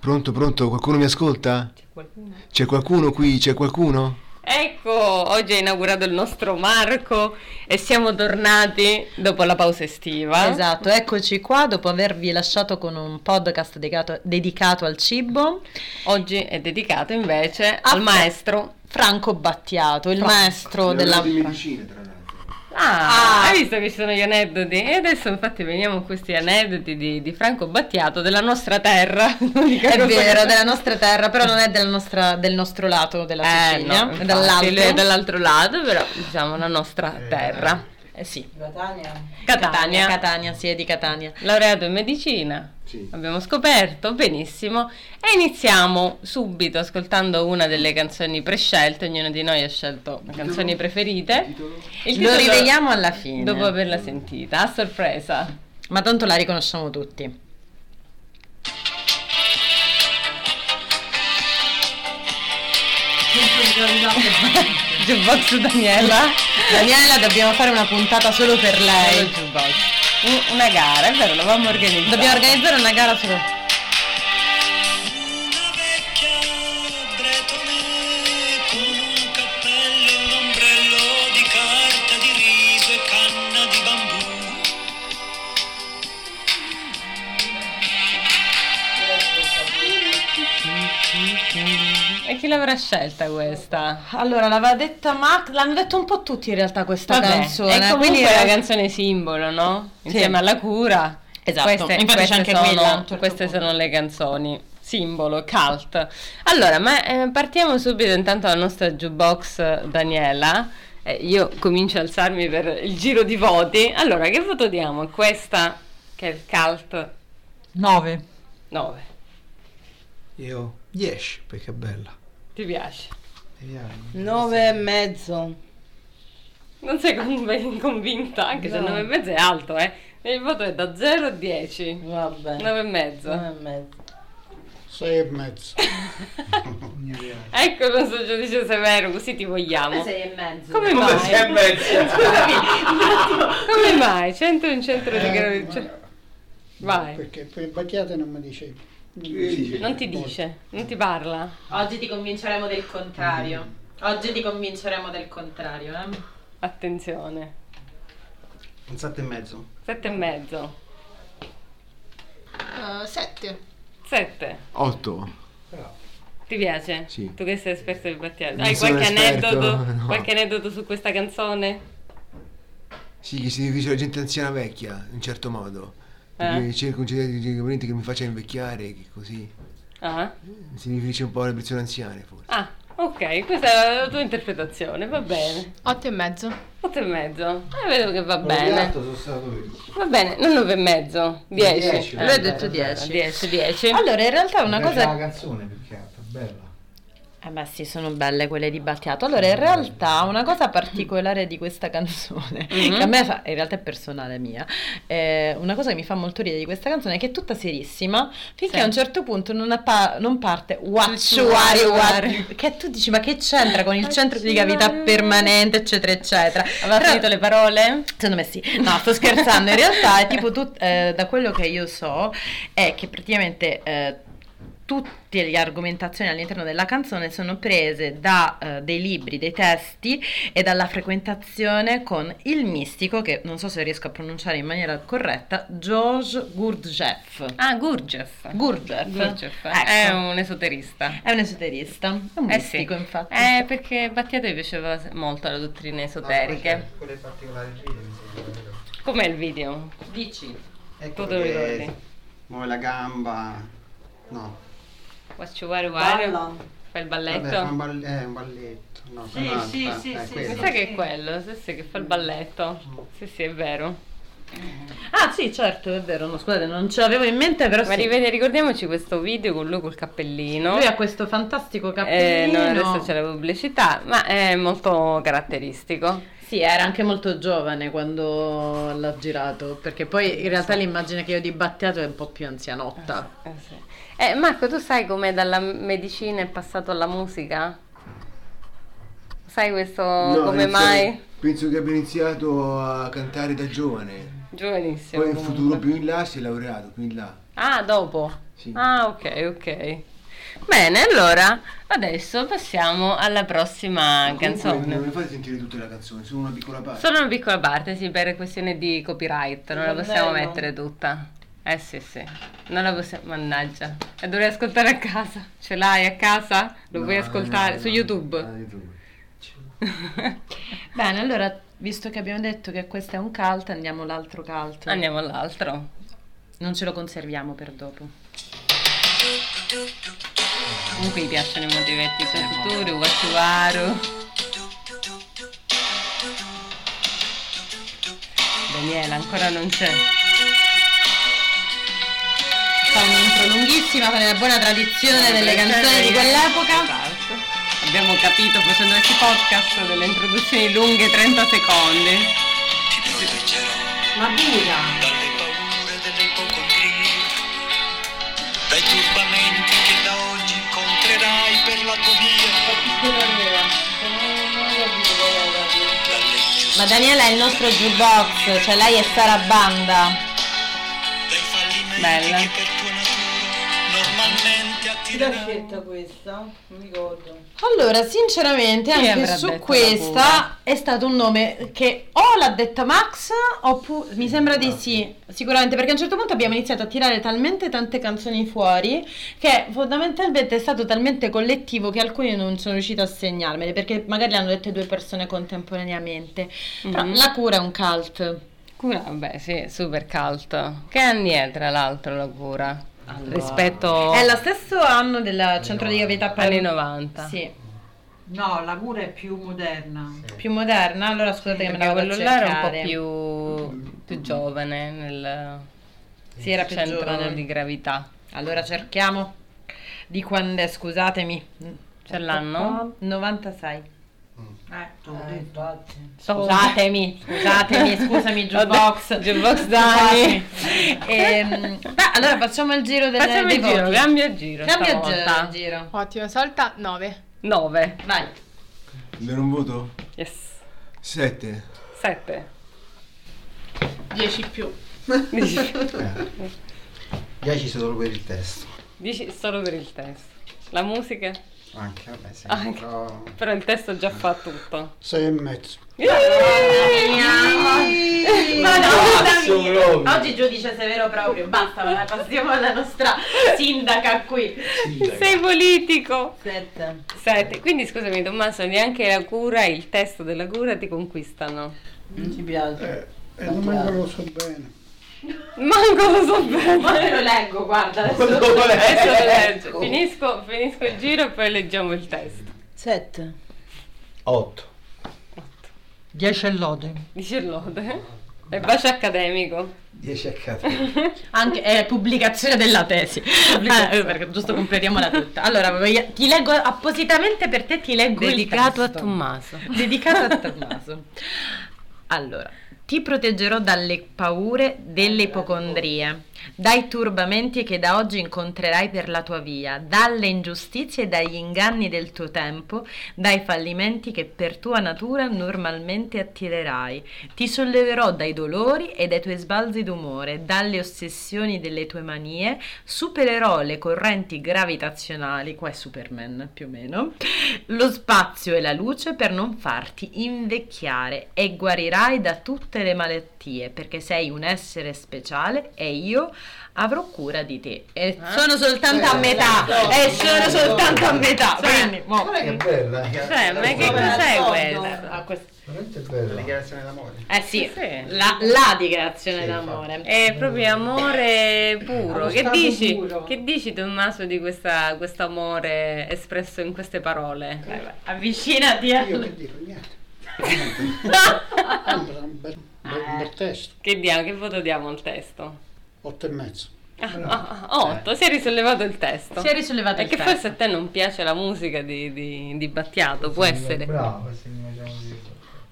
Pronto, pronto, qualcuno mi ascolta? C'è qualcuno? C'è qualcuno qui? C'è qualcuno? Ecco, oggi è inaugurato il nostro Marco e siamo tornati dopo la pausa estiva. Esatto, eccoci qua dopo avervi lasciato con un podcast dedicato, dedicato al cibo. Oggi è dedicato invece al maestro. Franco Battiato, il maestro della... di medicina, tra l'altro. Ah, Ah. hai visto che ci sono gli aneddoti? E adesso infatti veniamo a questi aneddoti di, di Franco Battiato della nostra terra. È vero, della nostra terra, però non è della nostra- del nostro lato della eh, Sicilia, no, è infatti, dall'altro. lui è dall'altro lato, però diciamo la nostra Eh, terra. Eh sì, Catania. Catania, sì, è di Catania. laureato in medicina. Sì. Abbiamo scoperto benissimo e iniziamo subito ascoltando una delle canzoni prescelte, ognuno di noi ha scelto le canzoni preferite. Titolo? Il titolo- Lo rivediamo alla fine. dopo averla sentita, a sorpresa. Ma tanto la riconosciamo tutti. Eh, Jukebox Daniela. Daniela, dobbiamo fare una puntata solo per Solo lei. jukebox. Un- Una gara, è vero, l'avevamo organizzata. Dobbiamo organizzare una gara solo. Una vecchia bretone con un cappello e un ombrello di carta di riso e canna di bambù. E chi l'avrà scelta questa? Allora, l'aveva detta Max, l'hanno detto un po' tutti in realtà questa Vabbè, canzone. è comunque quindi- la canzone simbolo, no? Insieme alla cura. Esatto, Queste, infatti c'è queste anche sono, quella a un certo queste punto. sono le canzoni simbolo, cult. Allora, ma eh, partiamo subito intanto dalla nostra jukebox Daniela. Eh, io comincio a alzarmi per il giro di voti. Allora, che voto diamo a questa che è il cult 9. 9? Io 10, perché è bella. Ti piace? Vediamo. 9 e mezzo. Non sei con- convinta, anche se No. 9 e mezzo è alto, eh. Il voto è da 0 a 10. Vabbè. 9 e mezzo. 9 e mezzo. 6 e mezzo. Ecco il nostro giudice severo, così ti Ah, vogliamo. e mezzo. Come mai? Scusami, un attimo, come mai? C'entra un centro di gravità. cioè- Vai. Eh, Perché per Battiato non mi dice. Non ti dice, non ti parla. Oggi ti convinceremo del contrario. Oggi ti convinceremo del contrario, eh? Attenzione. Un 7 e mezzo. Sette e mezzo. Eh, 7. Sette. 8. Ti piace? Sì. Tu che sei esperto del battiato. Non Hai sono qualche esperto, aneddoto? no. Qualche aneddoto su questa canzone? Sì, che si dice la gente anziana vecchia, in un certo modo. Eh. Perché Cerco un certo di componente che mi faccia invecchiare, che così. Ah. Si riferisce un po' alle persone anziane, forse. Ah, ok, questa è la tua interpretazione, va bene. 8 e mezzo. Otto e mezzo. Eh, vedo che va L'altro bene. sono stato io. Va bene, non 9 e mezzo, Eh, 10. Dieci, Lui ha detto 10. 10, 10. Allora, in realtà una Mi Esatto. cosa piace Eh, la canzone più che altro, bella. Eh beh sì, sono belle quelle di Battiato. Allora, in realtà una cosa particolare di questa canzone, Mhm. che a me fa, in realtà è personale mia, eh, una cosa che mi fa molto ridere di questa canzone è che è tutta serissima, finché Sì. a un certo punto non, appa- non parte What you What you are, are. what- che tu dici ma che c'entra con il What centro di you gravità are. permanente, eccetera, eccetera. Aveva Tra- finito le parole? Secondo me sì, no, sto scherzando. In realtà è tipo tut- eh, da quello che io so è che praticamente eh, tutte le argomentazioni all'interno della canzone sono prese da eh, dei libri, dei testi e dalla frequentazione con il mistico, che non so se riesco a pronunciare in maniera corretta, George Gurdjieff. Ah, Gurgef. Gurdjieff. Gurgef Ecco. è un esoterista. È un esoterista, è un Eh mistico sì. infatti. Eh, perché Battiato gli piaceva se- molto la dottrina esoteriche. Cioè, Quelle particolari lì, insomma, vero? Com'è il video? Dici. Ecco Tu dove che ricordi? Muove la gamba. No. Guacciuvare Balla. Wario? Fai il Vabbè, fa balletto? un balle- eh, un balletto. No, Sì, quell'altra. sì, sì, Eh, sì, Mi quello. sa che è quello, sì sì, che fa il balletto. Sì sì, è vero. Ah sì, certo, è vero, no, scusate, non ce l'avevo in mente, però Ma sì. rivede- ricordiamoci questo video con lui col cappellino. Lui ha questo fantastico Eh, cappellino. no, adesso c'è la pubblicità, ma è molto caratteristico. Sì, era anche molto giovane quando l'ha girato, perché poi in realtà l'immagine che io di Battiato è un po' più anzianotta. Eh, sì. Eh, Marco, tu sai come dalla medicina è passato alla musica? Sai questo No, come penso- Oh, mai? Penso che abbia iniziato a cantare da giovane. Giovanissimo. Poi in comunque. futuro più in là si è laureato, più in là. Ah, dopo. Sì. Ah, ok, ok. Bene, allora adesso passiamo alla prossima Ma comunque canzone. Non mi fate sentire tutta la canzone, solo una piccola parte. Solo una piccola parte, sì, per questione di copyright, non la Bello. possiamo mettere tutta. Eh sì, sì. Non la possiamo. Mannaggia. La dovrei ascoltare a casa. Ce l'hai a casa? Lo No, puoi no, ascoltare no, su no. YouTube. Ah, YouTube. Bene, allora, visto che abbiamo detto che questo è un cult, andiamo all'altro cult. Andiamo all'altro. Non ce lo conserviamo per dopo. Comunque mi piacciono i motivetti per futuro, Wachuaru. Daniela ancora non c'è. Fa un'intro lunghissima con la buona tradizione delle canzoni di quell'epoca. Esatto. Abbiamo capito facendo questi podcast delle introduzioni lunghe 30 secondi. Ti proteggerò Ma dura! dalle paure dell'ipocondria, dai turbamenti che da oggi incontrerai per la tua via, dalle ingiustizie, Ma Daniela è il nostro jukebox, cioè lei è Sarabanda. dai fallimenti Bella. che per tua natura normalmente Chi l'ha attirerai. scelta questa? Non mi ricordo. Allora, sinceramente, Chi anche avrà su detto questa è stato un nome che o l'ha detta Max, oppure mi sembra di sì, sicuramente, perché a un certo punto abbiamo iniziato a tirare talmente tante canzoni fuori che fondamentalmente è stato talmente collettivo che alcuni non sono riusciti a segnarmele, perché magari le hanno dette due persone contemporaneamente. Però Mhm. la cura è un cult. Cura, vabbè, sì, super cult. Che anni è tra l'altro la cura? Rispetto È lo stesso anno del centro di gravità per- anni 90. Sì, No, la cura è più moderna. più moderna. Allora scusate che me Perché la vado quello a là era un cercare. po' più, più giovane nel Sì, era più centro giovane. di gravità. Allora cerchiamo di quando è, scusatemi. Ce l'hanno? 96. Eh, te l'ho detto. Scusatemi, scusatemi, scusami Jukebox. Jukebox Dani. Scusatemi. Ehm, beh, allora facciamo il giro del Facciamo dei il giro, voti. cambia giro. Cambia stavolta. il giro. Ottimo, salta 9. 9. Vai. Dare un voto? Yes. 7. 7. 10 più. 10 solo per il testo. 10 solo per il testo. La musica? Anche, vabbè, sì. Anche. Però... Però il testo già fa tutto. 6 e mezzo. Ah, Ma no, Oggi giudice severo proprio, basta, ma passiamo alla nostra sindaca qui. Sei politico. Sette. 7. Quindi scusami Tommaso, neanche la cura e il testo della cura ti conquistano. Non ci piace. Eh, e non me lo so bene. Manco lo so bene. Ma te lo leggo, guarda. adesso. Adesso lo leggo. Finisco, finisco il giro e poi leggiamo il testo. Sette. 8. 10 e lode. Dice lode. E Eh, bacio accademico. 10 a caso. Anche eh, pubblicazione della tesi. Pubblicazione. Eh, perché giusto completiamola tutta. Allora, voglio- ti leggo appositamente per te, ti leggo il Dedicato a testo. Tommaso. Dedicato a Tommaso. Allora, ti proteggerò dalle paure delle ipocondrie, dai turbamenti che da oggi incontrerai per la tua via, dalle ingiustizie e dagli inganni del tuo tempo, dai fallimenti che per tua natura normalmente attirerai. Ti solleverò dai dolori e dai tuoi sbalzi d'umore, dalle ossessioni delle tue manie, supererò le correnti gravitazionali, qua è Superman più o meno, lo spazio e la luce per non farti invecchiare e guarirai da tutte le malattie perché sei un essere speciale e io avrò cura di te. E sono soltanto a metà, e sono soltanto a metà. Quindi, mo- Guarda che bella. Cioè, ma Cioè, che cos'è quella? Ah, questa- Veramente bella. La dichiarazione d'amore. Eh sì, Eh, Sì. La, la dichiarazione Sì, d'amore. È proprio amore puro. Allo Che stato dici, puro. che dici Tommaso di questa- questo amore espresso in queste parole? Vai, vai, Avvicinati a... Io che dico, niente. Sembra un bel, bel, bel testo. Che, diamo, che voto diamo al testo? 8 e mezzo. Ah, 8, si è risollevato il testo. Eh. Si è risollevato il Perché testo. forse a te non piace la musica di, di- di Battiato, può essere. Bravo, se mi facciamo così.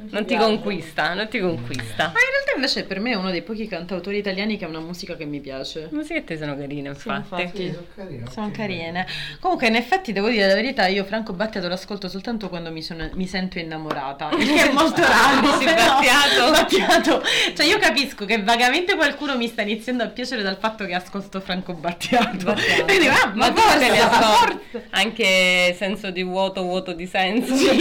Non ti conquista, non ti conquista. Ma in realtà invece per me è uno dei pochi cantautori italiani che ha una musica che mi piace. Le musichette sono carine, infatti. sono carine. Comunque, in effetti, devo dire la verità, io Franco Battiato l'ascolto soltanto quando mi, sono- mi sento innamorata. Il che è molto raro, Sì, però- Battiato. Battiato. Cioè, io capisco che vagamente qualcuno mi sta iniziando a piacere dal fatto che ascolto Franco Battiato. E dico, ah, ma Ma forse le forse, ascolti. Anche senso di vuoto, vuoto di senso. Sì.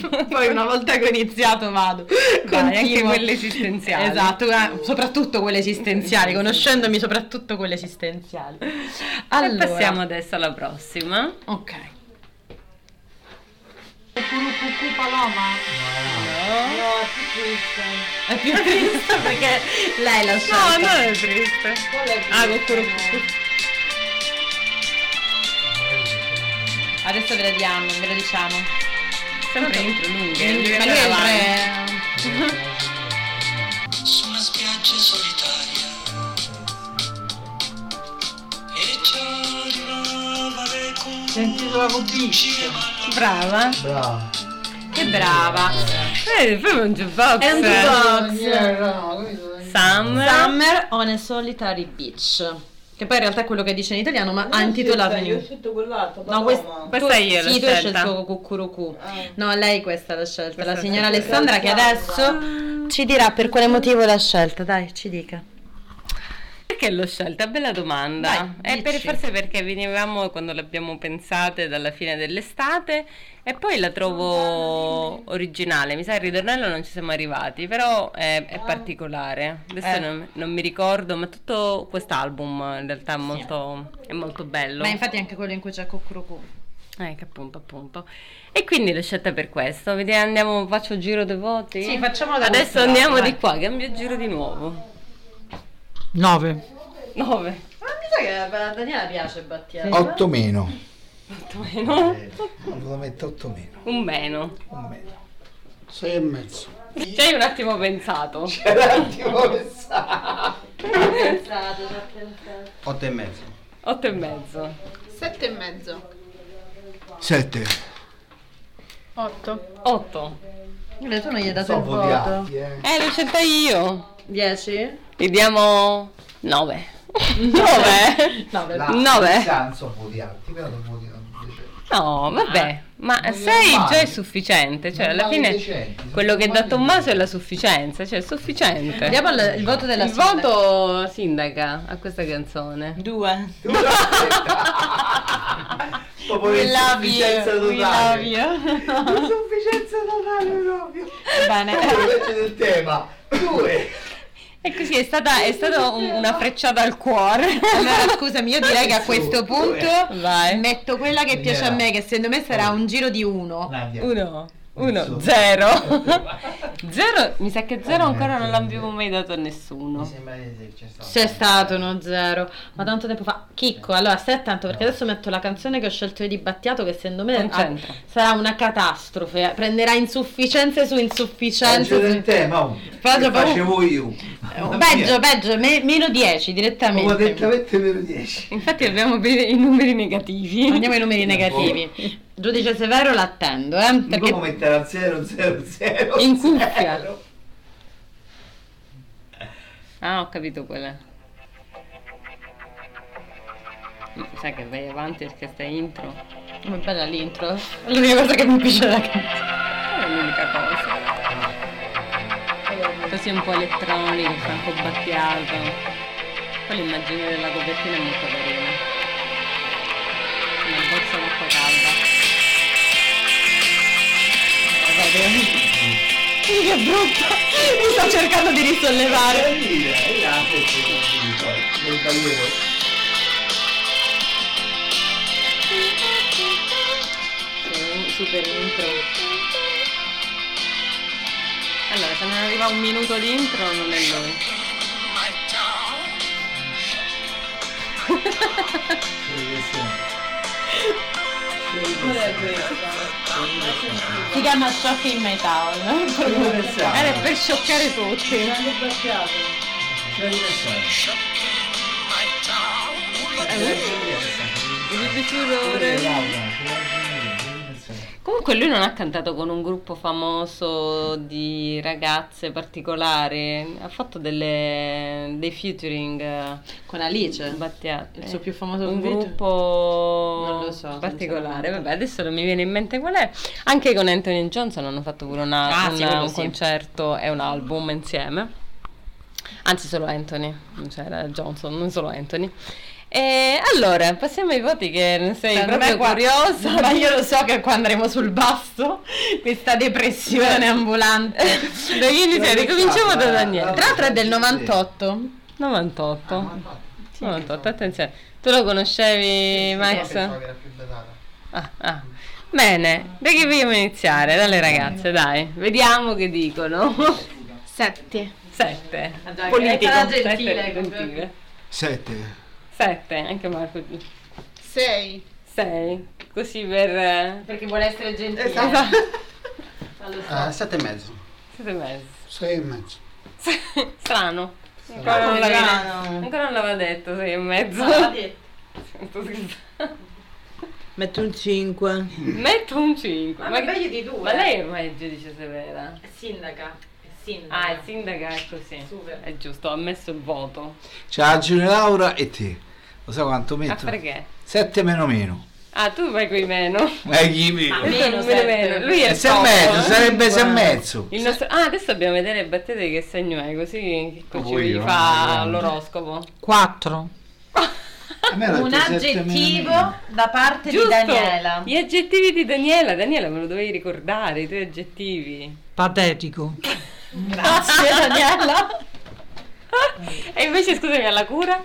Poi una volta che ho iniziato vado. Dai, anche Continuo. quelle esistenziali. Esatto, eh, soprattutto quelle esistenziali, conoscendomi soprattutto quelle esistenziali. Allora, E passiamo adesso alla prossima. Ok. Cucurucucu Paloma. No, è più triste. È più triste perché lei l'ha No, scelta. non è triste. Quella è più Ah, triste. cucurucucu. Adesso ve la diamo, ve la diciamo. Sempre eh, intro lunghe. Quindi, deve ma lui è andare il avanti. re. su una spiaggia solitaria e c'erano le Sentito la cubiccia. Brava. Bravo. Che brava. Eh, proprio un jukebox. È un jukebox. Sam. Summer on a solitary beach. Che poi in realtà è quello che dice in italiano, ma ha intitolato in Io ho scelto quell'altro. No, questa, Questa io l'ho sì, tu hai scelta. scelto Cucurucu. No, lei questa l'ha scelta, Questa la signora l'ho Alessandra che adesso ci dirà per quale motivo l'ha scelta, dai, ci dica. Perché l'ho scelta? Bella domanda. Vai, è per, dici. forse perché venivamo quando l'abbiamo pensata dalla fine dell'estate e poi la trovo originale. Mi sa il ritornello non ci siamo arrivati, però è, è particolare. Adesso Ah. Eh. non, non mi ricordo, ma tutto quest'album in realtà è molto, è molto bello. Ma infatti anche quello in cui c'è Cucurucu. Eh, che appunto, appunto. E quindi l'ho scelta per questo. Vediamo, andiamo, faccio giro dei voti. Sì, facciamolo da questo Adesso lato, andiamo vai. di qua, cambio giro di nuovo. 9. 9. Ma mi sa che a Daniela piace Battiato. 8 meno. Meno. Lo metto 8 meno. Un meno. Un meno. 6 e mezzo. Ci hai un attimo pensato. 8 e mezzo. Otto e mezzo. Sette e mezzo. Sette. Otto. Otto. Invece tu non gli hai dato Sono il voto. odiati, eh. Eh, l'ho scelta io. 10? Ti diamo nove. Nove? La 9. Nove. San sono odiati, però non odiati. No, Ah, vabbè. Ma Voglio sei normali. già è sufficiente. Cioè, alla Normali fine decenti, sono quello che dà normali Tommaso è la sufficienza. Cioè, è sufficiente. Diamo il, il voto della Il voto sindaca a questa canzone. 2. Proprio l'insufficienza totale. Insufficienza totale proprio. Bene. Invece del tema. Due. E così è stata, è stata un- una frecciata al cuore. Allora, scusami, io direi che a questo punto Vai. metto quella che piace a me, che secondo me sarà un giro di uno. Nadia. Uno, uno, Nessuno. zero. zero, mi sa che zero ancora non l'abbiamo mai dato a Mi nessuno. sembra di esserci stato. C'è stato uno zero, ma tanto tempo fa. Chicco, allora stai attento perché adesso metto la canzone che ho scelto io di Battiato che secondo me ah, Concentra. sarà una catastrofe, prenderà insufficienze su Non insufficienze. c'è su- del tema. oh. Faccio Che paura. facevo io. Eh, Eh, oh, Peggio, peggio, me- meno 10 Come direttamente. direttamente per 10. Infatti abbiamo be- i numeri negativi. Andiamo ai numeri negativi. Giudice Severo l'attendo, eh, Perché perché come mettere a 0 0 0 In cuffia. Ah, ho capito quella. Ma Sai che vai avanti perché stai intro? Come bella l'intro. È l'unica cosa che mi piace la canzone. È l'unica cosa. Così un po' elettronico, franco battiato. Poi l'immagine della copertina è molto carina. Una borsa molto calda. Che brutta! Mi sto cercando di risollevare. super intro. Allora, se non arriva un minuto di intro non è lui. Si chiama Shocking My Town. Ah. Era per scioccare tutti. Il furore. Comunque lui non ha cantato con un gruppo famoso di ragazze particolari, ha fatto delle, dei featuring eh, Con Alice? Battiato. eh. Il suo più famoso un featuring? gruppo Non lo so, particolare, sinceramente. vabbè adesso non mi viene in mente qual è. Anche con Anthony Johnson hanno fatto pure una- Ah, sì, una- quello un sì. concerto e un album insieme. Anzi solo Anthony, non c'era Johnson, non solo Anthony. E allora, passiamo ai voti che sei Cioè, non proprio è qua- curiosa. ma io lo so che qua andremo sul basso, questa depressione ambulante. Dai, iniziare, ricominciamo da Daniele. Tra l'altro è del 98. 98. 98, attenzione. Tu lo conoscevi, Max? Pensavo che era più datata. Ah, ah. Bene, da che vogliamo iniziare? Dalle ragazze, dai. Vediamo che dicono. 7. 7. dai, Politico. era gentile, 7. 7, anche Marco. 6. 6. Così per... eh, Perché vuole essere gentile. Esatto. Eh, Ah, sette e mezzo. Sette e mezzo. Sei e mezzo. Strano. Ancora non, l'aveva, Strano. ancora non l'aveva detto, sei e mezzo. Ah. Sto scherzando. Metto un 5. Metto un 5. Ma meglio di due. Ma lei ormai è giudice severa. Sindaca. Sindaca. Ah, il sindaco è così. Super. È giusto, ha messo il voto. Ciao Giulia Laura e te. Lo so quanto Ma metto? Ah, perché? 7 meno meno. Ah, tu vai coi meno. Eh, chi meno? Questo è un meno sette. Lui è E il se e top. mezzo, sarebbe se e mezzo. Il nostro- Ah, adesso dobbiamo vedere battete che segno è, così che Proprio ci io, fa eh. l'oroscopo. 4. A me era Un detto sette meno aggettivo meno. da parte Giusto! di Daniela. Gli aggettivi di Daniela. Daniela, me lo dovevi ricordare, i tuoi aggettivi. Patetico. Ah, Grazie Daniela. e invece, scusami, alla cura?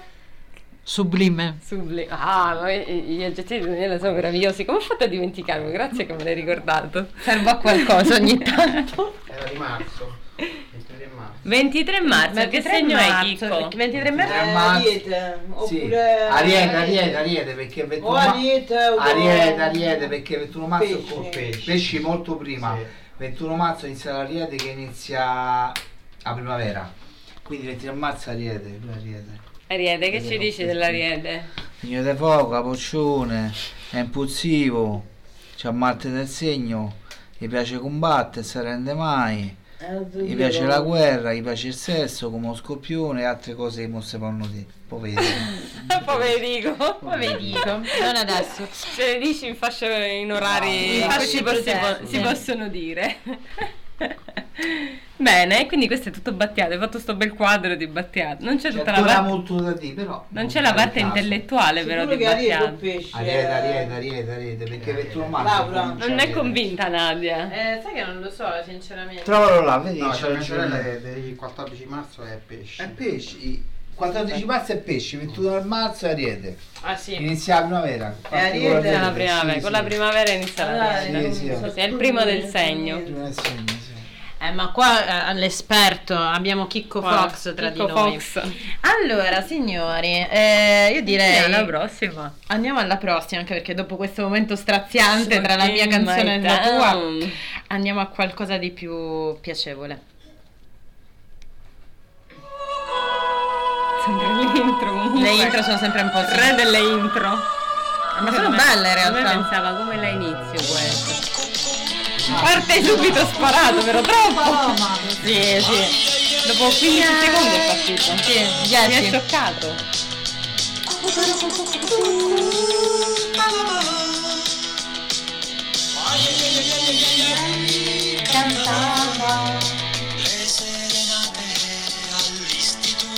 Sublime. Subli. Ah, ma i- gli aggettivi di Daniela sono meravigliosi. Come ho fatto a dimenticarlo? Grazie che me l'hai ricordato. Servo a qualcosa ogni tanto. Era di marzo. 23 marzo. 23 marzo, che 23 segno è marzo. Chicco? 23 marzo. Ariete. Sì. Oppure... Ariete, Ariete, Ariete, perché O Oh, 21 marzo. Ariete. o- Ariete, Ariete, perché 21 marzo Pesci. con pesci molto prima. Sì. 21 marzo inizia l'Ariete che inizia a primavera. Quindi 23 marzo Ariete, lui è Ariete. Ariete, che ci dici dell'Ariete? Segno di fuoco, poccione, è impulsivo, c'ha Marte nel segno, gli piace combattere, si rende mai, Eh, gli piace la guerra, gli piace il sesso come lo scorpione e altre cose che non si possono dire. Poveri. Poverico. Come dico? Non adesso. Ce le dici in, fascia, in orari No, in Ah, in cui si, fasce possi- protette. si possono dire. Bene, quindi questo è tutto Battiato. Hai fatto sto bel quadro di Battiato. Non c'è C'è tutta la ancora parte. molto da dire, però. Non c'è la parte intellettuale però Sicuro di che Ariete o Battiato. pesce. Ariete, Ariete, Ariete, Ariete, perché 21 marzo. Laura, comincia Eh, Non è Ariete. convinta Nadia. Eh, sai che non lo so, sinceramente. Trovalo là, vedi, No, c'è c'è il mia sorella giorno. che del 14 marzo è pesce. È pesci. 14 marzo è pesci, 21 marzo è Ariete. Ah sì. Inizia la primavera. Ariete Inizia è la primavera, con la primavera inizia la Allora, primavera. Sì, sì, non so, È il primo del segno. Prima del segno, sì. Eh, ma qua eh, all'esperto abbiamo Chicco Fox tra Chicco di noi. Fox. Allora, signori, eh, io direi Alla prossima. andiamo alla prossima, anche perché dopo questo momento straziante tra la mia In canzone e my la tua, town. andiamo a qualcosa di più piacevole. Sempre l'intro. Le intro sono sempre un po' Re delle intro. Ma sono belle in A me realtà. pensava come la inizio questo. Parte subito sparato, però troppo. Sì, sì. Dopo 15 secondi è partito. Sì, Mi è dieci. scioccato.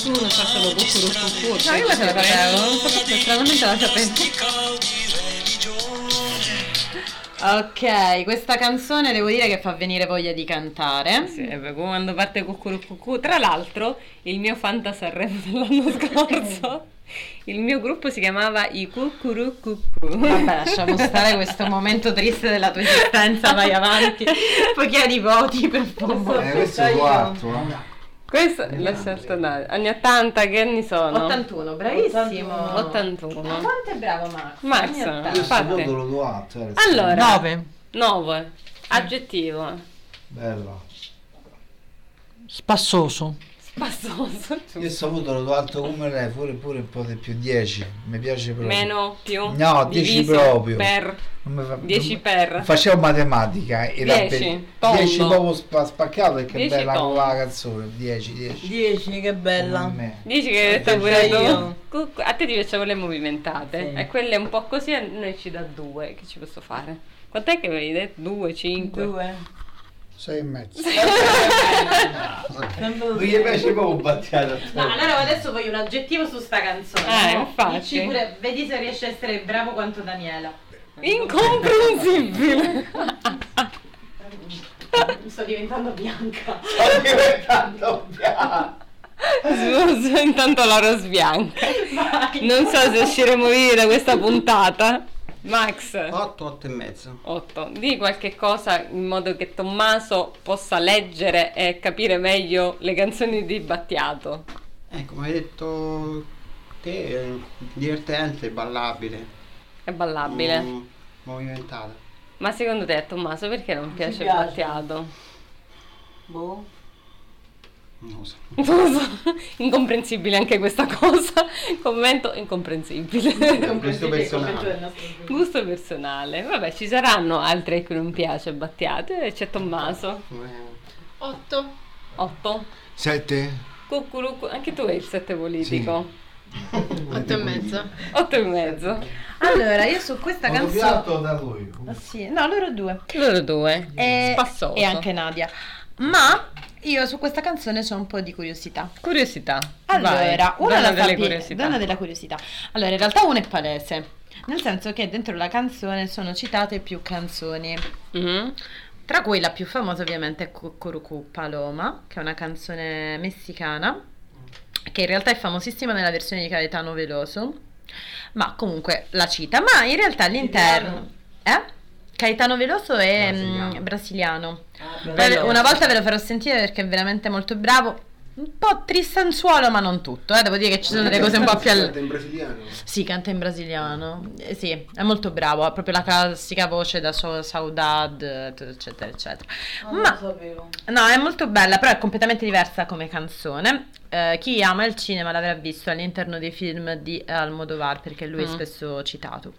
Uno fa solo cucuru cucuru. No, io questa la sapevo, non so perché, stranamente la sapevo. Ok, questa canzone devo dire che fa venire voglia di cantare. Sì, beh, quando parte cucuru cucù. Tra l'altro, il mio Fanta Sanremo dell'anno scorso, il mio gruppo si chiamava i cucuru cucù. Vabbè, lasciamo stare questo momento triste della tua esistenza, vai avanti. Poi chiedi i voti per favore. Eh, questo è 4. Questo lascia stare. Anni 80, che anni sono? 81, bravissimo. 81. Quanto è bravo Max? Max. Ogni ottanta. Io sto Infatti. mondo lo do alto, eh. Allora, 9. 9. Aggettivo. Bello. Spassoso. Passoso. Io sto avuto lo do alto come lei, pure, pure un po' di più 10. Mi piace proprio. Meno, più. No, 10 diviso proprio. Per. Non mi fa- 10 non- per. Facevo matematica e la 10, pe- tondo. 10 proprio spa- spaccato perché è 10 bella tondo. la canzone. 10, 10. 10, che bella. Come me. Dici che sta Dice pure Cioè, io. tu? Cu- cu- A te ti piacciono le movimentate Sì. e quelle un po' così a noi ci dà due. Che ci posso fare? Quant'è che avevi detto? Due, cinque? 2. sei e mezzo. Non gli piace proprio battiato. No, allora adesso voglio un aggettivo su sta canzone. Eh, no? infatti. Dici pure, vedi se riesci a essere bravo quanto Daniela. Incomprensibile! Sto diventando bianca. Sto diventando piano. Scusa, intanto Laura sbianca. Vai. Non so se usciremo vivi da questa puntata. Oh. Max, 8, 8 e mezzo. 8. Di qualche cosa in modo che Tommaso possa leggere e capire meglio le canzoni di Battiato. Ecco, come hai detto te, eh, divertente, ballabile. È ballabile. Mm, movimentata. Ma secondo te, Tommaso, perché non piace, piace. Battiato? Boh. Non lo so. Non lo so. Incomprensibile anche questa cosa. Commento incomprensibile. Questo personaggio. Gusto personale. Vabbè, ci saranno altri a cui non piace Battiato e c'è Tommaso. 8. 8. Sette? Cucurucu, anche tu hai il 7 politico. 8 e mezzo. 8 e mezzo. Allora, io su questa Sono più canzone... Ah, alto da lui. Sì, no, loro due. Loro due. E, Spassoso. e anche Nadia. Ma io su questa canzone c'ho un po' di curiosità. Curiosità. Allora, Vai, una donna la delle sape- curiosità. donna della curiosità. Allora, in realtà una è palese. Nel senso che dentro la canzone sono citate più canzoni. Mhm. Tra cui la più famosa ovviamente è Cucurucu Paloma, che è una canzone messicana, che in realtà è famosissima nella versione di Caetano Veloso, ma comunque la cita, ma in realtà all'interno... Eh? Caetano Veloso è Brasiliano. mm, brasiliano. Poi Bello. Una volta ve lo farò sentire perché è veramente molto bravo. Un po' tristanzuolo, ma non tutto, eh. devo dire che ci sono delle cose un po' più... al- in brasiliano. sì, canta in brasiliano. Eh, sì, è molto bravo, ha proprio la classica voce da so- saudade, eccetera, eccetera. Ma- non lo sapevo. No, è molto bella, però è completamente diversa come canzone. Eh, chi ama il cinema l'avrà visto all'interno dei film di Almodovar, perché lui è Mm. spesso citato.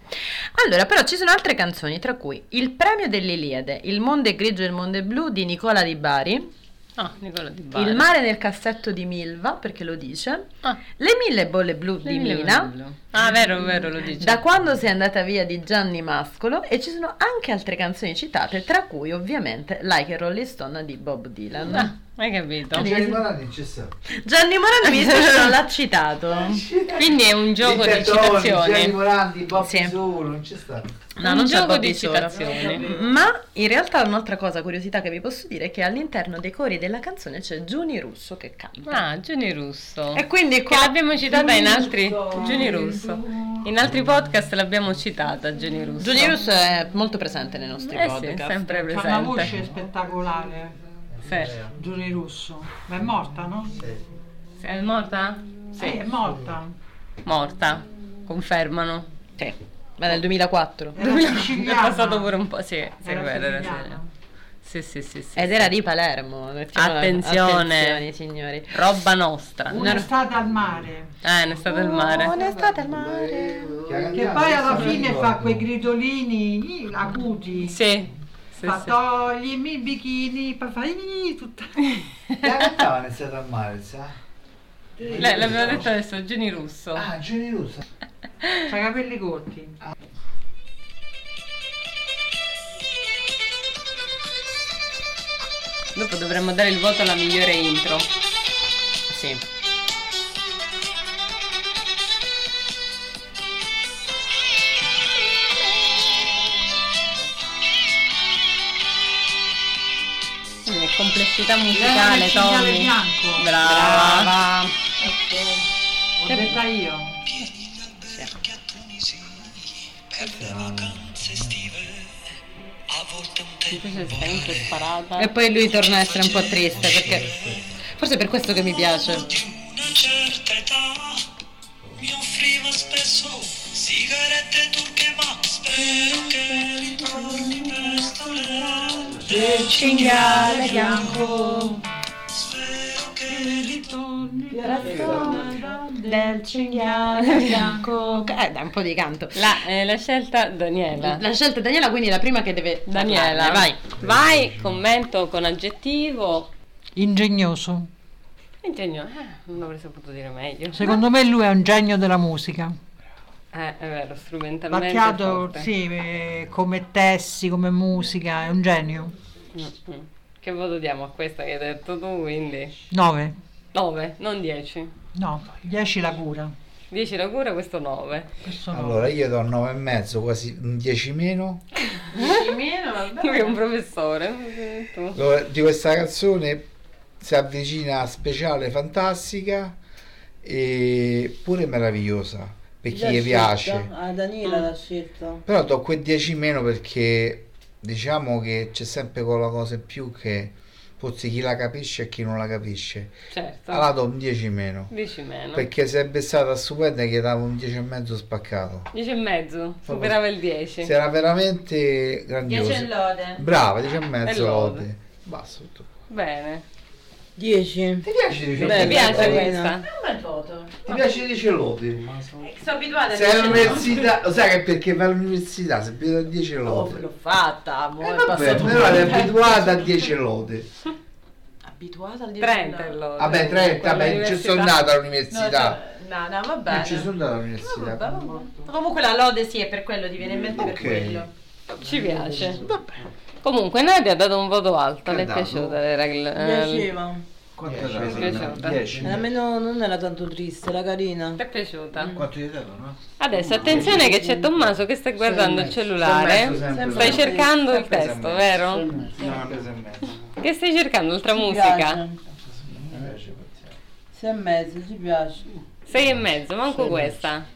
Allora, però ci sono altre canzoni, tra cui Il premio dell'Iliade, Il mondo è grigio e il mondo è blu di Nicola Di Bari, Ah, Nicola Di Bari. Il mare nel cassetto di Milva, perché lo dice, Ah. Le mille bolle blu Le di mille Mina. bello. Ah, vero, vero, lo dice. Da quando sei andata via di Gianni Mascolo e ci sono anche altre canzoni citate, tra cui ovviamente Like a Rolling Stone di Bob Dylan. Ah, hai capito? Gianni Morandi c'è stato. Gianni Morandi mi sa che non l'ha citato. Quindi è un gioco di Intertoni, Gianni citazioni. Morandi, Bob Sì. Solo, non c'è stato. No, un non c'è gioco Bob di Solo. citazioni. Ma in realtà un'altra cosa, curiosità che vi posso dire è che all'interno dei cori della canzone c'è Giuni Russo che canta. Ah, Giuni Russo. E quindi Che qua l'abbiamo citata in altri Giuni Russo. In altri podcast l'abbiamo citata Giuni Russo. Giuni Russo è molto presente nei nostri Eh sì, è podcast. sempre Fa una voce presente. spettacolare. Sì. Giuri Russo. Ma è morta, no? È morta? Sì, Eh, è morta. morta. Confermano. Sì. Ma nel 2004. Era È siciliana. passato pure un po', sì, sì, Era guarda, era siciliana. seria. Sì, sì, sì, sì. Ed era di Palermo. mettiamola- Attenzione. Attenzione, signori. Roba nostra. Una estate al mare. Ah, è stata il mare. Un'estate al mare. Che poi alla fine fa quei gridolini acuti. Sì. Sì, fa sì. toglimi il bikini, poi fa "Ih", tutta. La cantava nel stato al mare, sa? Lei l'aveva detto adesso, Giuni Russo. Ah, Gianni Russo. C'ha i capelli corti. Dopo dovremmo dare il voto alla migliore intro. Sì. Quindi complessità Lei musicale, Eh, il segnale Tommy. bianco. Brava. L'ho detta io. Mi piace sempre sparata. E poi lui torna a essere un po' triste perché. Forse è per questo che mi piace. Una certa età mi offriva spesso sigarette turche, ma spero che ritorni presto l'era del cinghiale bianco. Spero che ritorni del cinghiale bianco. Eh, dai, un po' di canto. La, eh, la scelta Daniela. La scelta è Daniela, quindi è la prima che deve Daniela, parlarne, vai. Vai, commento con aggettivo. Ingegnoso. Ingegno, eh, non avrei saputo dire meglio. Secondo me lui è un genio della musica. Eh, è vero, strumentalmente. Battiato, forte. sì, eh, come testi, come musica, è un genio. Mm-mm. Mm, Che voto diamo a questa che hai detto tu, quindi? 9. 9, non 10. No, 10 la cura. 10 la cura, questo 9. Allora io do 9 e mezzo, quasi un 10 meno. Lui è un professore. mm, tu. Allora, di questa canzone si avvicina a speciale fantastica e pure meravigliosa per chi gli piace. A Ah, Daniela l'ha scelta. Però do quei 10 meno perché diciamo che c'è sempre quella cosa in più che forse chi la capisce e chi non la capisce. Certo. Allora do un 10 meno. 10 meno. Perché sarebbe stata stupenda che dava un 10 e mezzo spaccato. 10 e mezzo, superava il 10. Si era veramente grandioso. 10 e lode. Brava, 10 e E mezzo lode. lode. Basta tutto. Bene. 10. Ti piace Beh, dice lode? mi piace Eh? Carina. questa. un bel voto. Ti piace dice lode? Sono abituata a Sei dire- all'università, lo sai che perché vai all'università, se vedo a 10 lode. Oh, L'ho fatta, mo, è Eh, Vabbè, passato un però po'. è abituata a 10 lode. Abituata al 30 allora. Vabbè, 30, beh, ci sono andato No, all'università. no, no, va Non ci bene. sono andato all'università. Comunque la lode sì, è per quello ti viene in mente Ok. per quello. Ci piace. Comunque Nadia ha dato un voto alto, le è dato? piaciuta le regole. Mi piaceva. Quanto Mi è piaciuta. Eh, Almeno non era tanto triste, era carina. Ti è piaciuta? Mm. Quanto gli hai dato, no? Adesso attenzione che c'è Tommaso che sta guardando il Sei e cellulare. mezzo, sempre. Stai Sempre. cercando il Sempre sei e testo, mezzo. vero? No, preso e mezzo. Eh, Che stai cercando oltre Ci musica? piace. Sei e mezzo, ci piace. Sei e mezzo, manco Sei e questa.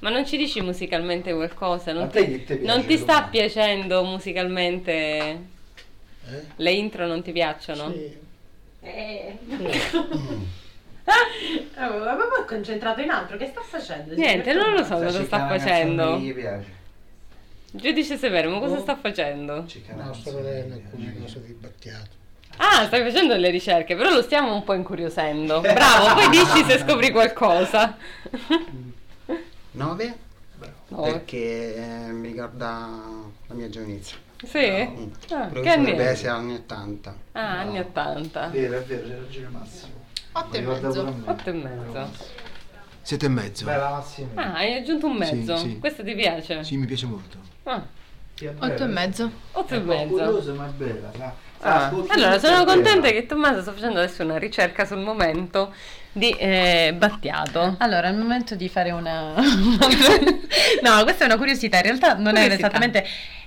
Ma non ci dici musicalmente qualcosa? Non A ti, te che ti piace, non ti sta piacendo musicalmente? Eh? Le intro non ti piacciono? Eh. Ah, ma poi è concentrato in altro, che sta facendo? Niente, non lo so cosa sta cercando una facendo. canzone che gli piace. Giudice Severmo, cosa Oh. sta facendo? No, sto vedendo alcune cose di Battiato. Ah, stai facendo le ricerche, però lo stiamo un po' incuriosendo. Bravo, poi dici se scopri qualcosa. 9? Nove. Perché eh, mi ricorda la mia giovinezza. Sì? Mm. Ah, Però che anni dovrebbe è? essere anni 80. Ah, anni 80. Vero, è vero, c'è ragione Massimo. 8 e mezzo. Otto e mezzo. Sette e mezzo. Bella Massimo. Ah, hai aggiunto un mezzo. Sì, sì. Questo ti piace? Sì, mi piace molto. Ah. Otto e mezzo. Eh, Otto e mezzo. Eh, Curioso ma è bella, sa. Ah, Sa, scusa, Allora, sono è bella. contenta che Tommaso sta facendo adesso una ricerca sul momento di eh, Battiato. Allora, è il momento di fare una... no, questa è una curiosità, in realtà non è Curiosità. esattamente...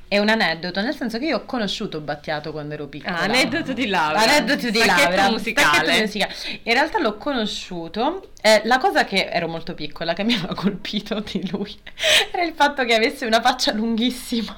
È un aneddoto, nel senso che io ho conosciuto Battiato quando ero piccola. Ah, aneddoto di laurea. Aneddoto di Stacchetto laurea. musicale. Stacchetto musicale. In realtà l'ho conosciuto. eh, la cosa che ero molto piccola, che mi aveva colpito di lui, era il fatto che avesse una faccia lunghissima.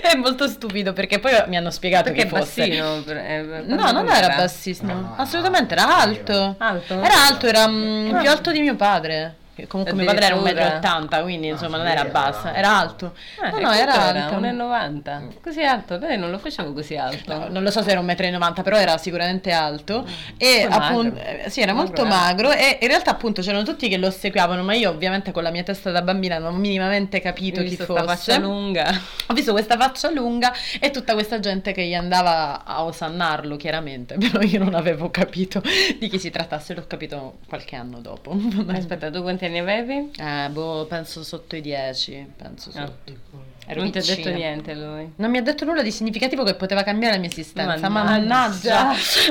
È molto stupido perché poi mi hanno spiegato Ah. Perché che è fosse. bassino. per- eh, No, non per- era bassissimo, assolutamente era alto. Alto? Era alto, era mm, Ah. più alto di mio padre. che Comunque mio padre era Addirittura. 1,80 m, quindi insomma non era sì, basso, era alto. Ah, no, e no, era quanto alto. 1,90. Così alto, dai, non lo facevo così alto. No, non lo so se era 1,90 m, però era sicuramente alto. E Mm. Poi appunto, magro. eh, sì, era Magro, molto eh. magro. E in realtà, appunto, c'erano tutti che lo seguivano, ma io, ovviamente, con la mia testa da bambina non ho minimamente capito Ho chi visto fosse. sta faccia lunga. Ho visto questa faccia lunga e tutta questa gente che gli andava a osannarlo, chiaramente, però io non avevo capito di chi si trattasse, l'ho capito qualche anno dopo. Aspetta, tu quanti anni avevi? Eh, boh, penso sotto i 10, penso Ah. sotto. non ti ha detto piccina. niente lui. Non mi ha detto nulla di significativo che poteva cambiare la mia esistenza. Mannaggia.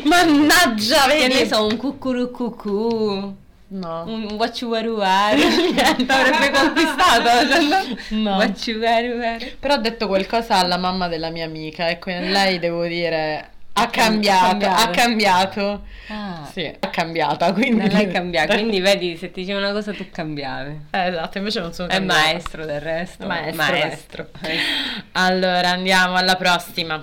Mannaggia! Mannaggia, Che vedi? ne so, un cucurucucù. No. Un wachuaruare. Avrebbe conquistato. cioè, No. Wachuaruare. Però ho detto qualcosa alla mamma della mia amica e con lei devo dire Eh. ha cambiato, ha cambiare. cambiato. Ah. Sì, ha cambiata, quindi Non l'hai cambiato, quindi vedi se ti dice una cosa tu cambiavi. Eh, esatto, invece non sono È cambiata. maestro del resto. Maestro, Maestro. Allora, andiamo alla prossima.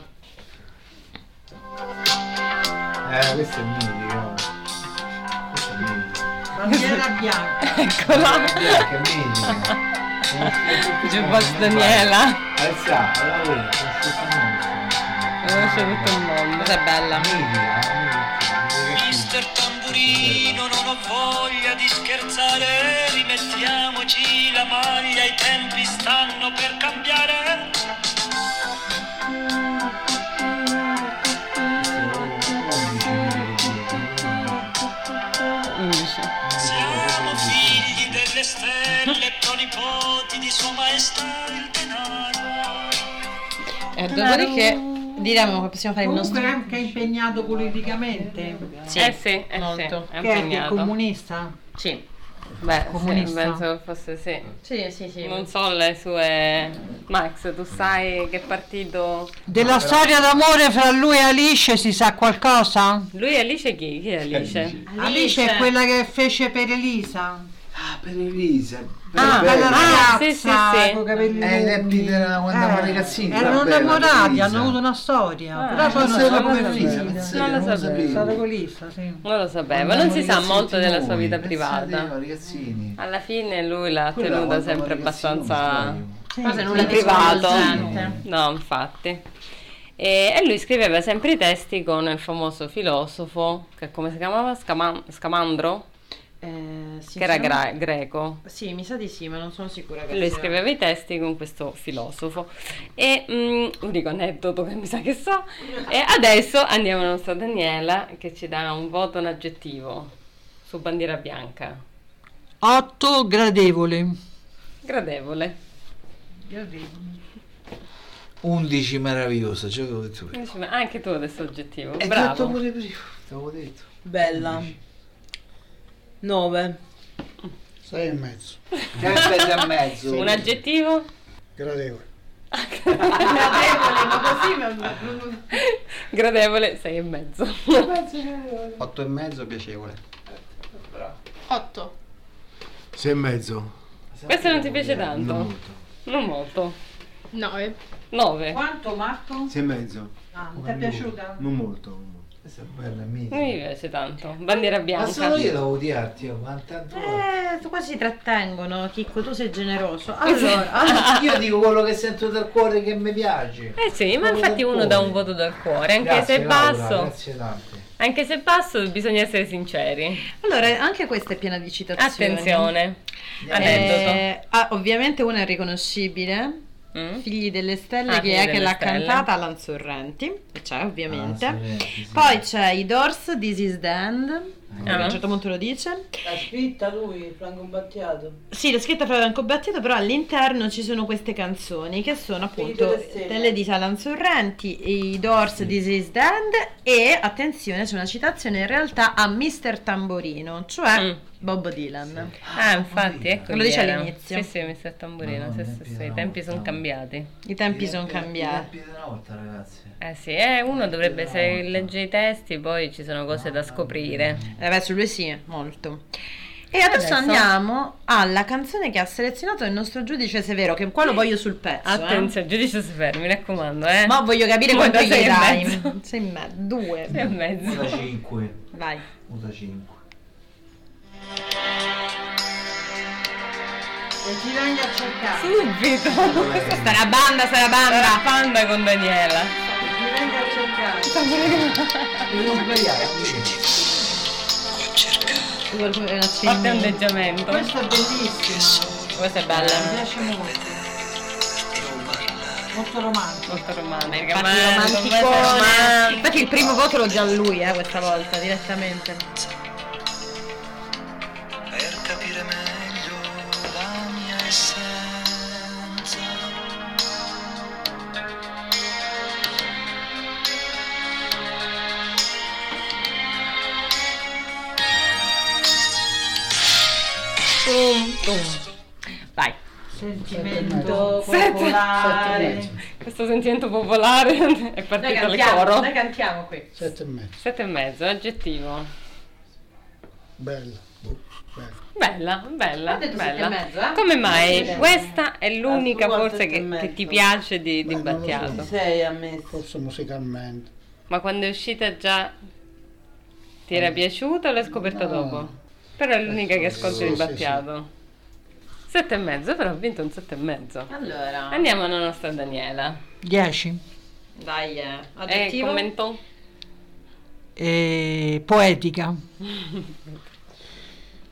Eh, questo è mitico. Questo è mitico. Bandiera bianca. Eccola. Che è mitico. Jukebox Daniela. Alza, alla vera, questo è mitico. Conosce tutto il mondo. Cosa bella. eh, Mitica, mitica, mitica. mister tamburino, non ho voglia di scherzare, rimettiamoci la maglia, i tempi stanno per cambiare. Mm, Siamo figli delle stelle, pronipoti di sua maestà il denaro. Eh, dopodiché diremo che Eh, possiamo fare il nostro... Comunque è anche impegnato politicamente. Sì, Eh sì, eh molto. sì, è Che è, che è impegnato. comunista? Sì. Beh, sì, Comunista. penso che fosse sì. Sì, sì, sì. Non so le sue... Max, tu sai che partito... Della storia d'amore fra lui e Alice si sa qualcosa? Lui e Alice chi? Chi è Alice? Alice è quella che fece per Elisa. Ah, per Elisa. bella Ah, quella ragazza. ragazza sì, sì, sì. con i capelli Eh, i lunghi. Eh, tempi della- quando Eh, eravamo ragazzini, era Erano bella, innamorati, Elisa. hanno avuto una storia. Ah, però non poi lo non sono sapevo. come figli. Non lo sapevo. È stata con Lisa, sì. Non lo sapevo, Andiamo non si sa ragazzini molto della sua noi, Eh vita pensate, privata. Ragazzini. Alla fine lui l'ha Quella tenuta quando sempre era ragazzino, abbastanza Cosa in nulla di privato. sconvolgente. No, infatti. E, e lui scriveva sempre i testi con il famoso filosofo, che come si chiamava? Scaman- Scamandro? Eh, sì, che era se non- gra- greco. Sì, mi sa di sì, ma non sono sicura che Lui sia. scriveva i testi con questo filosofo. E mm, unico aneddoto che mi sa che so. E adesso andiamo alla nostra Daniela che ci dà un voto, un aggettivo su bandiera bianca. 8 gradevoli. Gradevole. 11 meravigliosa, cioè avevo detto prima. Invece, ma Anche tu adesso aggettivo. Eh, Bravo. detto pure prima, l'avevo detto. Bella. 9. 6 e mezzo. bella e mezzo. Un aggettivo? Gradevole. Gradevole, ma così ma- Gradevole, sei e mezzo. Esatto. 8 e mezzo piacevole. 8. Sei e mezzo. Questo non ti piace tanto? Non molto. Non molto. 9. 9. Quanto Marco? Sei e mezzo. Ah, ti è piaciuta? Non molto. non molto. Bella mia. Non mi piace tanto. Bandiera bianca. Ma solo io devo odiarti, io, ma tanto... Eh, tu qua si trattengono, Chicco, tu sei generoso. Allora, Ah, Io dico quello che sento dal cuore che mi piace. Eh sì, ma Voto dal infatti uno cuore. dà un voto dal cuore, anche Grazie, se è Laura, basso. Grazie tante. Anche se basso bisogna essere sinceri. allora, anche questa è piena di citazioni. Attenzione. Aneddoto. Eh, ah, ovviamente una è riconoscibile. Mm? Figli delle stelle, Ah, chi Figli è che delle l'ha stelle. cantata? Alan Sorrenti, e c'è ovviamente. Ah, Sorrenti, sì. Poi c'è i Doors, This is the End, che a Ah. un certo punto lo dice. L'ha scritta lui, Franco Battiato. Sì, l'ho scritta Franco Battiato, però all'interno ci sono queste canzoni che sono Figli appunto delle stelle. Tele di Alan Sorrenti, i Doors, This is the End e, attenzione, c'è una citazione in realtà a Mr. Tamborino, cioè Mm. Bob Dylan. Ah, infatti, ecco. Lo dice chi era. Sì, all'inizio. sì, mi sta il tamburino. Madonna, sì, i sì, tempi sì, I della tempi volta. sono cambiati. I tempi I sono tempi- cambiati. I tempi della volta, ragazzi. Eh sì, eh, uno dovrebbe, se volta. legge i testi, poi ci sono cose da scoprire. Eh beh, su lui sì, molto. E adesso, Adesso? andiamo alla canzone che ha selezionato il nostro giudice Severo, che qua lo voglio sul pezzo. eh. Attenzione, giudice si fermi, mi raccomando, eh. Ma voglio capire quanto Guarda, sei gli e dai. mezzo. Sei in mezzo. Due. Sei e mezzo. Uta 5. Vai. Uta 5. E ti venga a cercare. Subito. Sarà banda, Sarà sarà banda. panda con Daniela. Ti venga a cercare. Non sbagliare, invece. È una Forte cena. ondeggiamento. Questo è bellissimo. Questa è Mi bella. piace molto. Molto romantico. Molto romantica. Infatti, ma- romanticone. Infatti il primo voto lo già lui, eh, questa volta, direttamente. per capire meglio la mia essenza. Tum, tum. Vai. Sentimento Sette. popolare. Questo sentimento popolare è Noi partito il cantiamo, coro. noi cantiamo qui. 7 e mezzo. Sette e mezzo, aggettivo. Bella. Boh, bella. Bella, bella, Ha detto bella. sette e mezzo, eh? Come mai? Sì. Questa è l'unica La sua forse sette e che, mezzo. che ti piace di, Beh, di non lo so. Battiato. Sei a me. Forse musicalmente. Ma quando è uscita già ti era piaciuta o l'hai scoperta Eh. No. Eh, dopo? Però è l'unica che ascolti sì, di sì, Battiato. Sette e mezzo, però ha vinto un sette e mezzo. Allora. Andiamo alla nostra Daniela. 10. Dai, eh. E Aggettivo. commento? eh, poetica.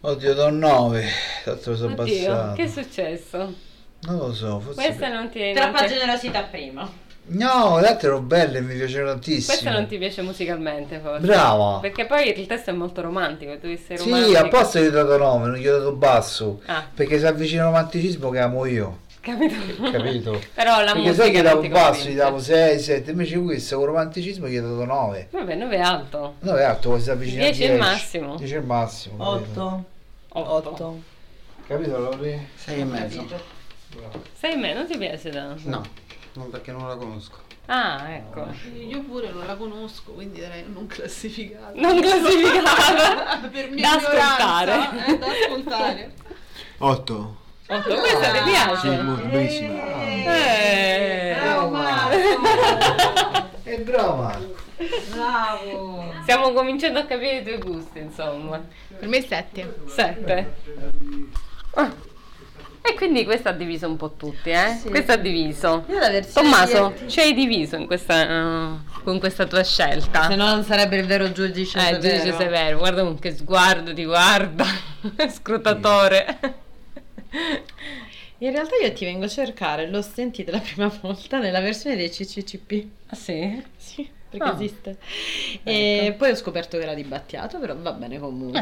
Oddio, do 9. L'altro sono Oddio, passato. che è successo? Non lo so, forse. Questa non ti Troppa non ti- generosità prima. No, le altre erano belle, mi piacevano Questa non tantissimo. ti piace musicalmente, forse. Brava. Perché poi il testo è molto romantico, tu sei romantico. Sì, apposta gli ho dato 9, non gli ho dato basso. Ah, Perché si avvicina al romanticismo che amo io. capito. Capito? Però la Perché musica sai che non davo ti basso, convince. gli davo 6, 7, invece questo con romanticismo gli ho dato 9. Vabbè, 9 è alto. 9 è alto, quasi si avvicina al 10 è il 10. massimo. 10 è il massimo. capito? 8. Capito Lori? Eh, 6 e mezzo. 6 in me, non ti piace Dan? No, non perché non la conosco. Ah, ecco. Io pure non la conosco, quindi direi non classificata. Non classificata. per Da mia ascoltare. ignoranza, eh, da ascoltare. 8. 8, questa ti piace? Sì, molto, benissimo. Eh. È brava. Bravo. Stiamo cominciando a capire i tuoi gusti, insomma. Per me è 7. 7. Ah. E quindi questa ha diviso un po' tutti, eh? Sì. Questa ha diviso. Io la versione Tommaso, di- ci hai diviso in questa, eh, con questa tua scelta. Se no non sarebbe il vero giudice Eh, severo. giudice severo, guarda con che sguardo ti guarda, scrutatore. In realtà io ti vengo a cercare, l'ho sentita la prima volta nella versione dei CCCP. Ah sì? Sì, perché Ah. esiste. Ecco. E poi ho scoperto che era di Battiato, però va bene comunque.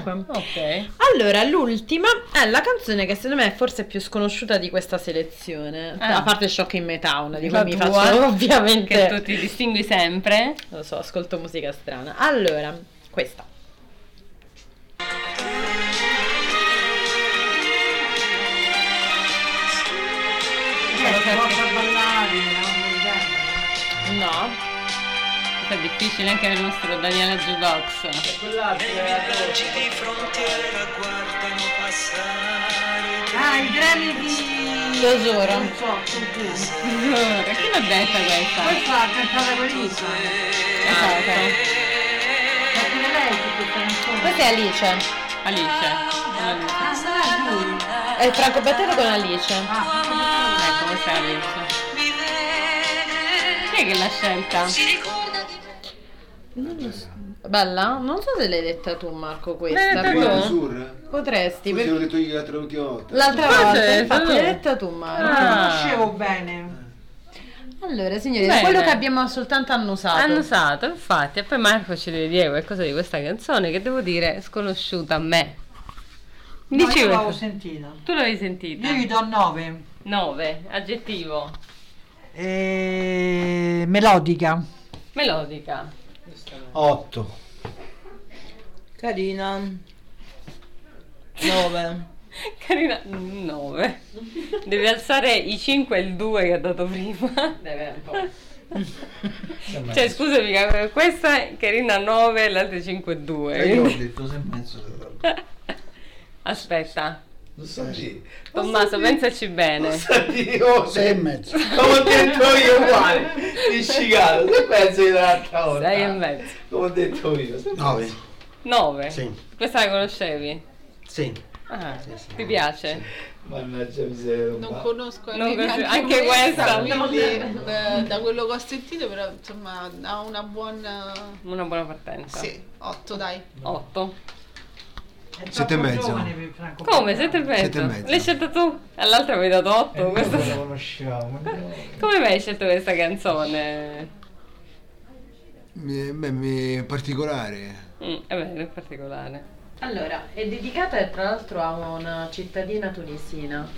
Eh. Ok. Allora, l'ultima è la canzone che secondo me è forse più sconosciuta di questa selezione. Ah. A parte Shock in Metown, di La cui mi tua, faccio ovviamente... Che tu ti distingui sempre. Lo so, ascolto musica strana. Allora, questa. eh, No. È difficile anche per il nostro Daniele Jubox. Ah, eh, Villaggi di frontiera guardano passare. Ah, i gremi di... Tesoro. Non so, confuso. Perché l'ha detta Poi questa? fa cantata con Lisa. Esatto. È pure lei che questa canzone. Questa è Alice. Alice. Ah, sarà lui. È Eh, Franco Battiato con Alice. Ecco, questa è Alice. Chi è che l'ha scelta? Bella? Non so se l'hai detta tu Marco L'hai questa. detta però- tu? Sur. eh. Potresti. Forse per- l'ho detto io l'altra l'ultima volta. L'altra Forse volta, l'hai infatti, detta tu. l'hai detta tu Marco. Non Ah. la conoscevo Eh, bene. Allora, signori, Bene. quello che abbiamo soltanto annusato. Hanno usato, infatti, e poi Marco ci deve dire qualcosa di questa canzone che devo dire è sconosciuta a me. No, io Dicevo, l'avevo sentita. tu l'avevi Io sentita? gli do 9. 9, aggettivo, Eh, melodica. melodica. 8. Carina. 9. Carina, 9. Devi alzare i 5 e il 2 che ha dato prima. Deve un po'. Cioè, scusami, ca- questa è carina 9 e l'altra 5 e 2. io ho detto 6 e mezzo. Aspetta, Non so dire. Tommaso, pensaci bene. Io 6 e mezzo. come ho detto io uguale. Dici caro, che pensi dell'altra volta? 6 e mezzo. Come ho detto io. sei e 9. 9. Sì. Questa la conoscevi? Sì. Ah, ti piace? Mannaggia miseria. Non conosco Non anche, conosco- anche anche questa. quindi, da, da quello che ho sentito, però insomma ha una buona. Una buona partenza. Sì, 8 dai. 8. È Sette e troppo mezzo. giovane per Franco Come? Battiato. 7 e Sette e mezzo? mezzo. L'hai scelta tu? All'altra mi hai dato 8. la conosciamo. Come mai hai scelto questa canzone? Mi- Beh, mi- particolare. Mm, è vero, è particolare. Allora, è dedicata tra l'altro a una cittadina tunisina.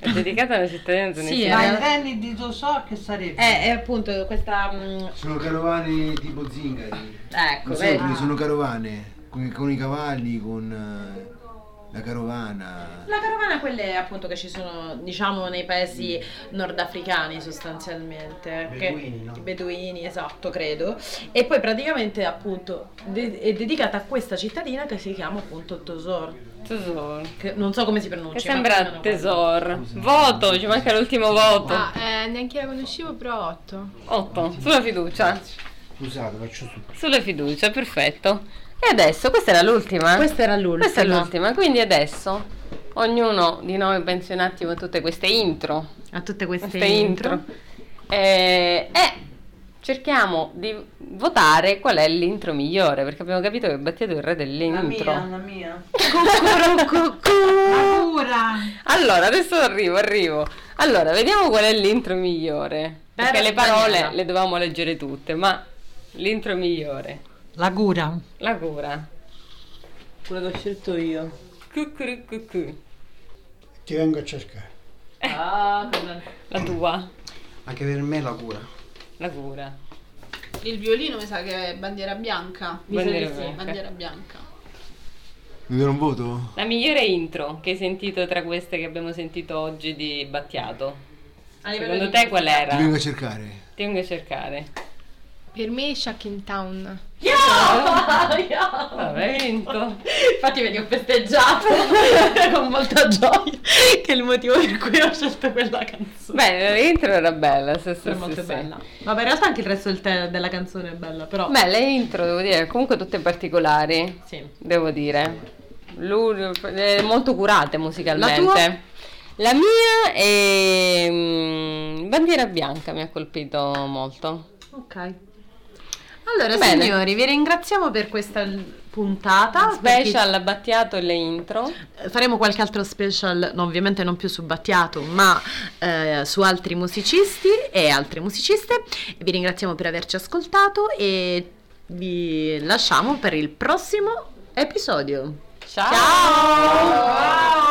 È dedicata alla cittadina tunisina. Ma eh. i Lenny di Tosò che sarebbe? Eh, È, è appunto questa... mm, Sono carovane tipo zingari. ecco, Non sono, vedi? quindi sono carovane, con, con i cavalli, con eh, la carovana. La carovana quelle appunto che ci sono diciamo nei paesi nordafricani sostanzialmente. che- Beduini, no? i Beduini, esatto, credo. E poi praticamente appunto de- è dedicata a questa cittadina che si chiama appunto Tosor. Tesoro. Che non so come si Che pronuncia. ma più sembra o meno tesoro. Voto, ci manca l'ultimo voto. Ah, eh, neanche la conoscevo, però 8. 8. Sulla fiducia. Scusate, faccio su. Sulla fiducia, perfetto. E adesso, questa era l'ultima? quello. Questa era l'ultima. Questa è l'ultima, quindi adesso ognuno di noi pensi un attimo a tutte queste intro. A tutte queste, Queste intro. E, e cerchiamo di votare qual è l'intro migliore, perché abbiamo capito che Battiato è il re La dell'intro. mia, la mia. Allora, adesso arrivo, arrivo. Allora, vediamo qual è l'intro migliore. Perché le parole Daniela. le dovevamo leggere tutte, ma l'intro migliore, La cura. la cura. Quello che ho scelto io. Cucurucucù. Ti vengo a cercare. Ah, la tua, Anche per me la cura. la cura. Il violino mi sa che è bandiera bianca. Mi sa Bandiera di sì. bianca. Bandiera bianca. Mi do un voto? La migliore intro che hai sentito tra queste che abbiamo sentito oggi di Battiato. Secondo te qual era? Ti vengo a cercare. Ti vengo a cercare. Per me Shack in Town. Vabbè, vinto. Infatti venivo festeggiato con molta gioia, che è il motivo per cui ho scelto quella canzone. Beh, l'intro era bella, se Era molto bella. Vabbè, in realtà anche il resto del te- della canzone è bella, però... Beh, le intro, devo dire, comunque tutte particolari. Sì. Devo dire. Lu- eh, molto curate musicalmente. La tua? La mia è mm, Bandiera Bianca mi ha colpito molto. Ok. Allora, Bene. signori, vi ringraziamo per questa l- puntata. Special perché- Battiato e le intro. Eh, Faremo qualche altro special, no, ovviamente non più su Battiato, ma eh, su altri musicisti e altre musiciste. Vi ringraziamo per averci ascoltato e vi lasciamo per il prossimo episodio. Ciao!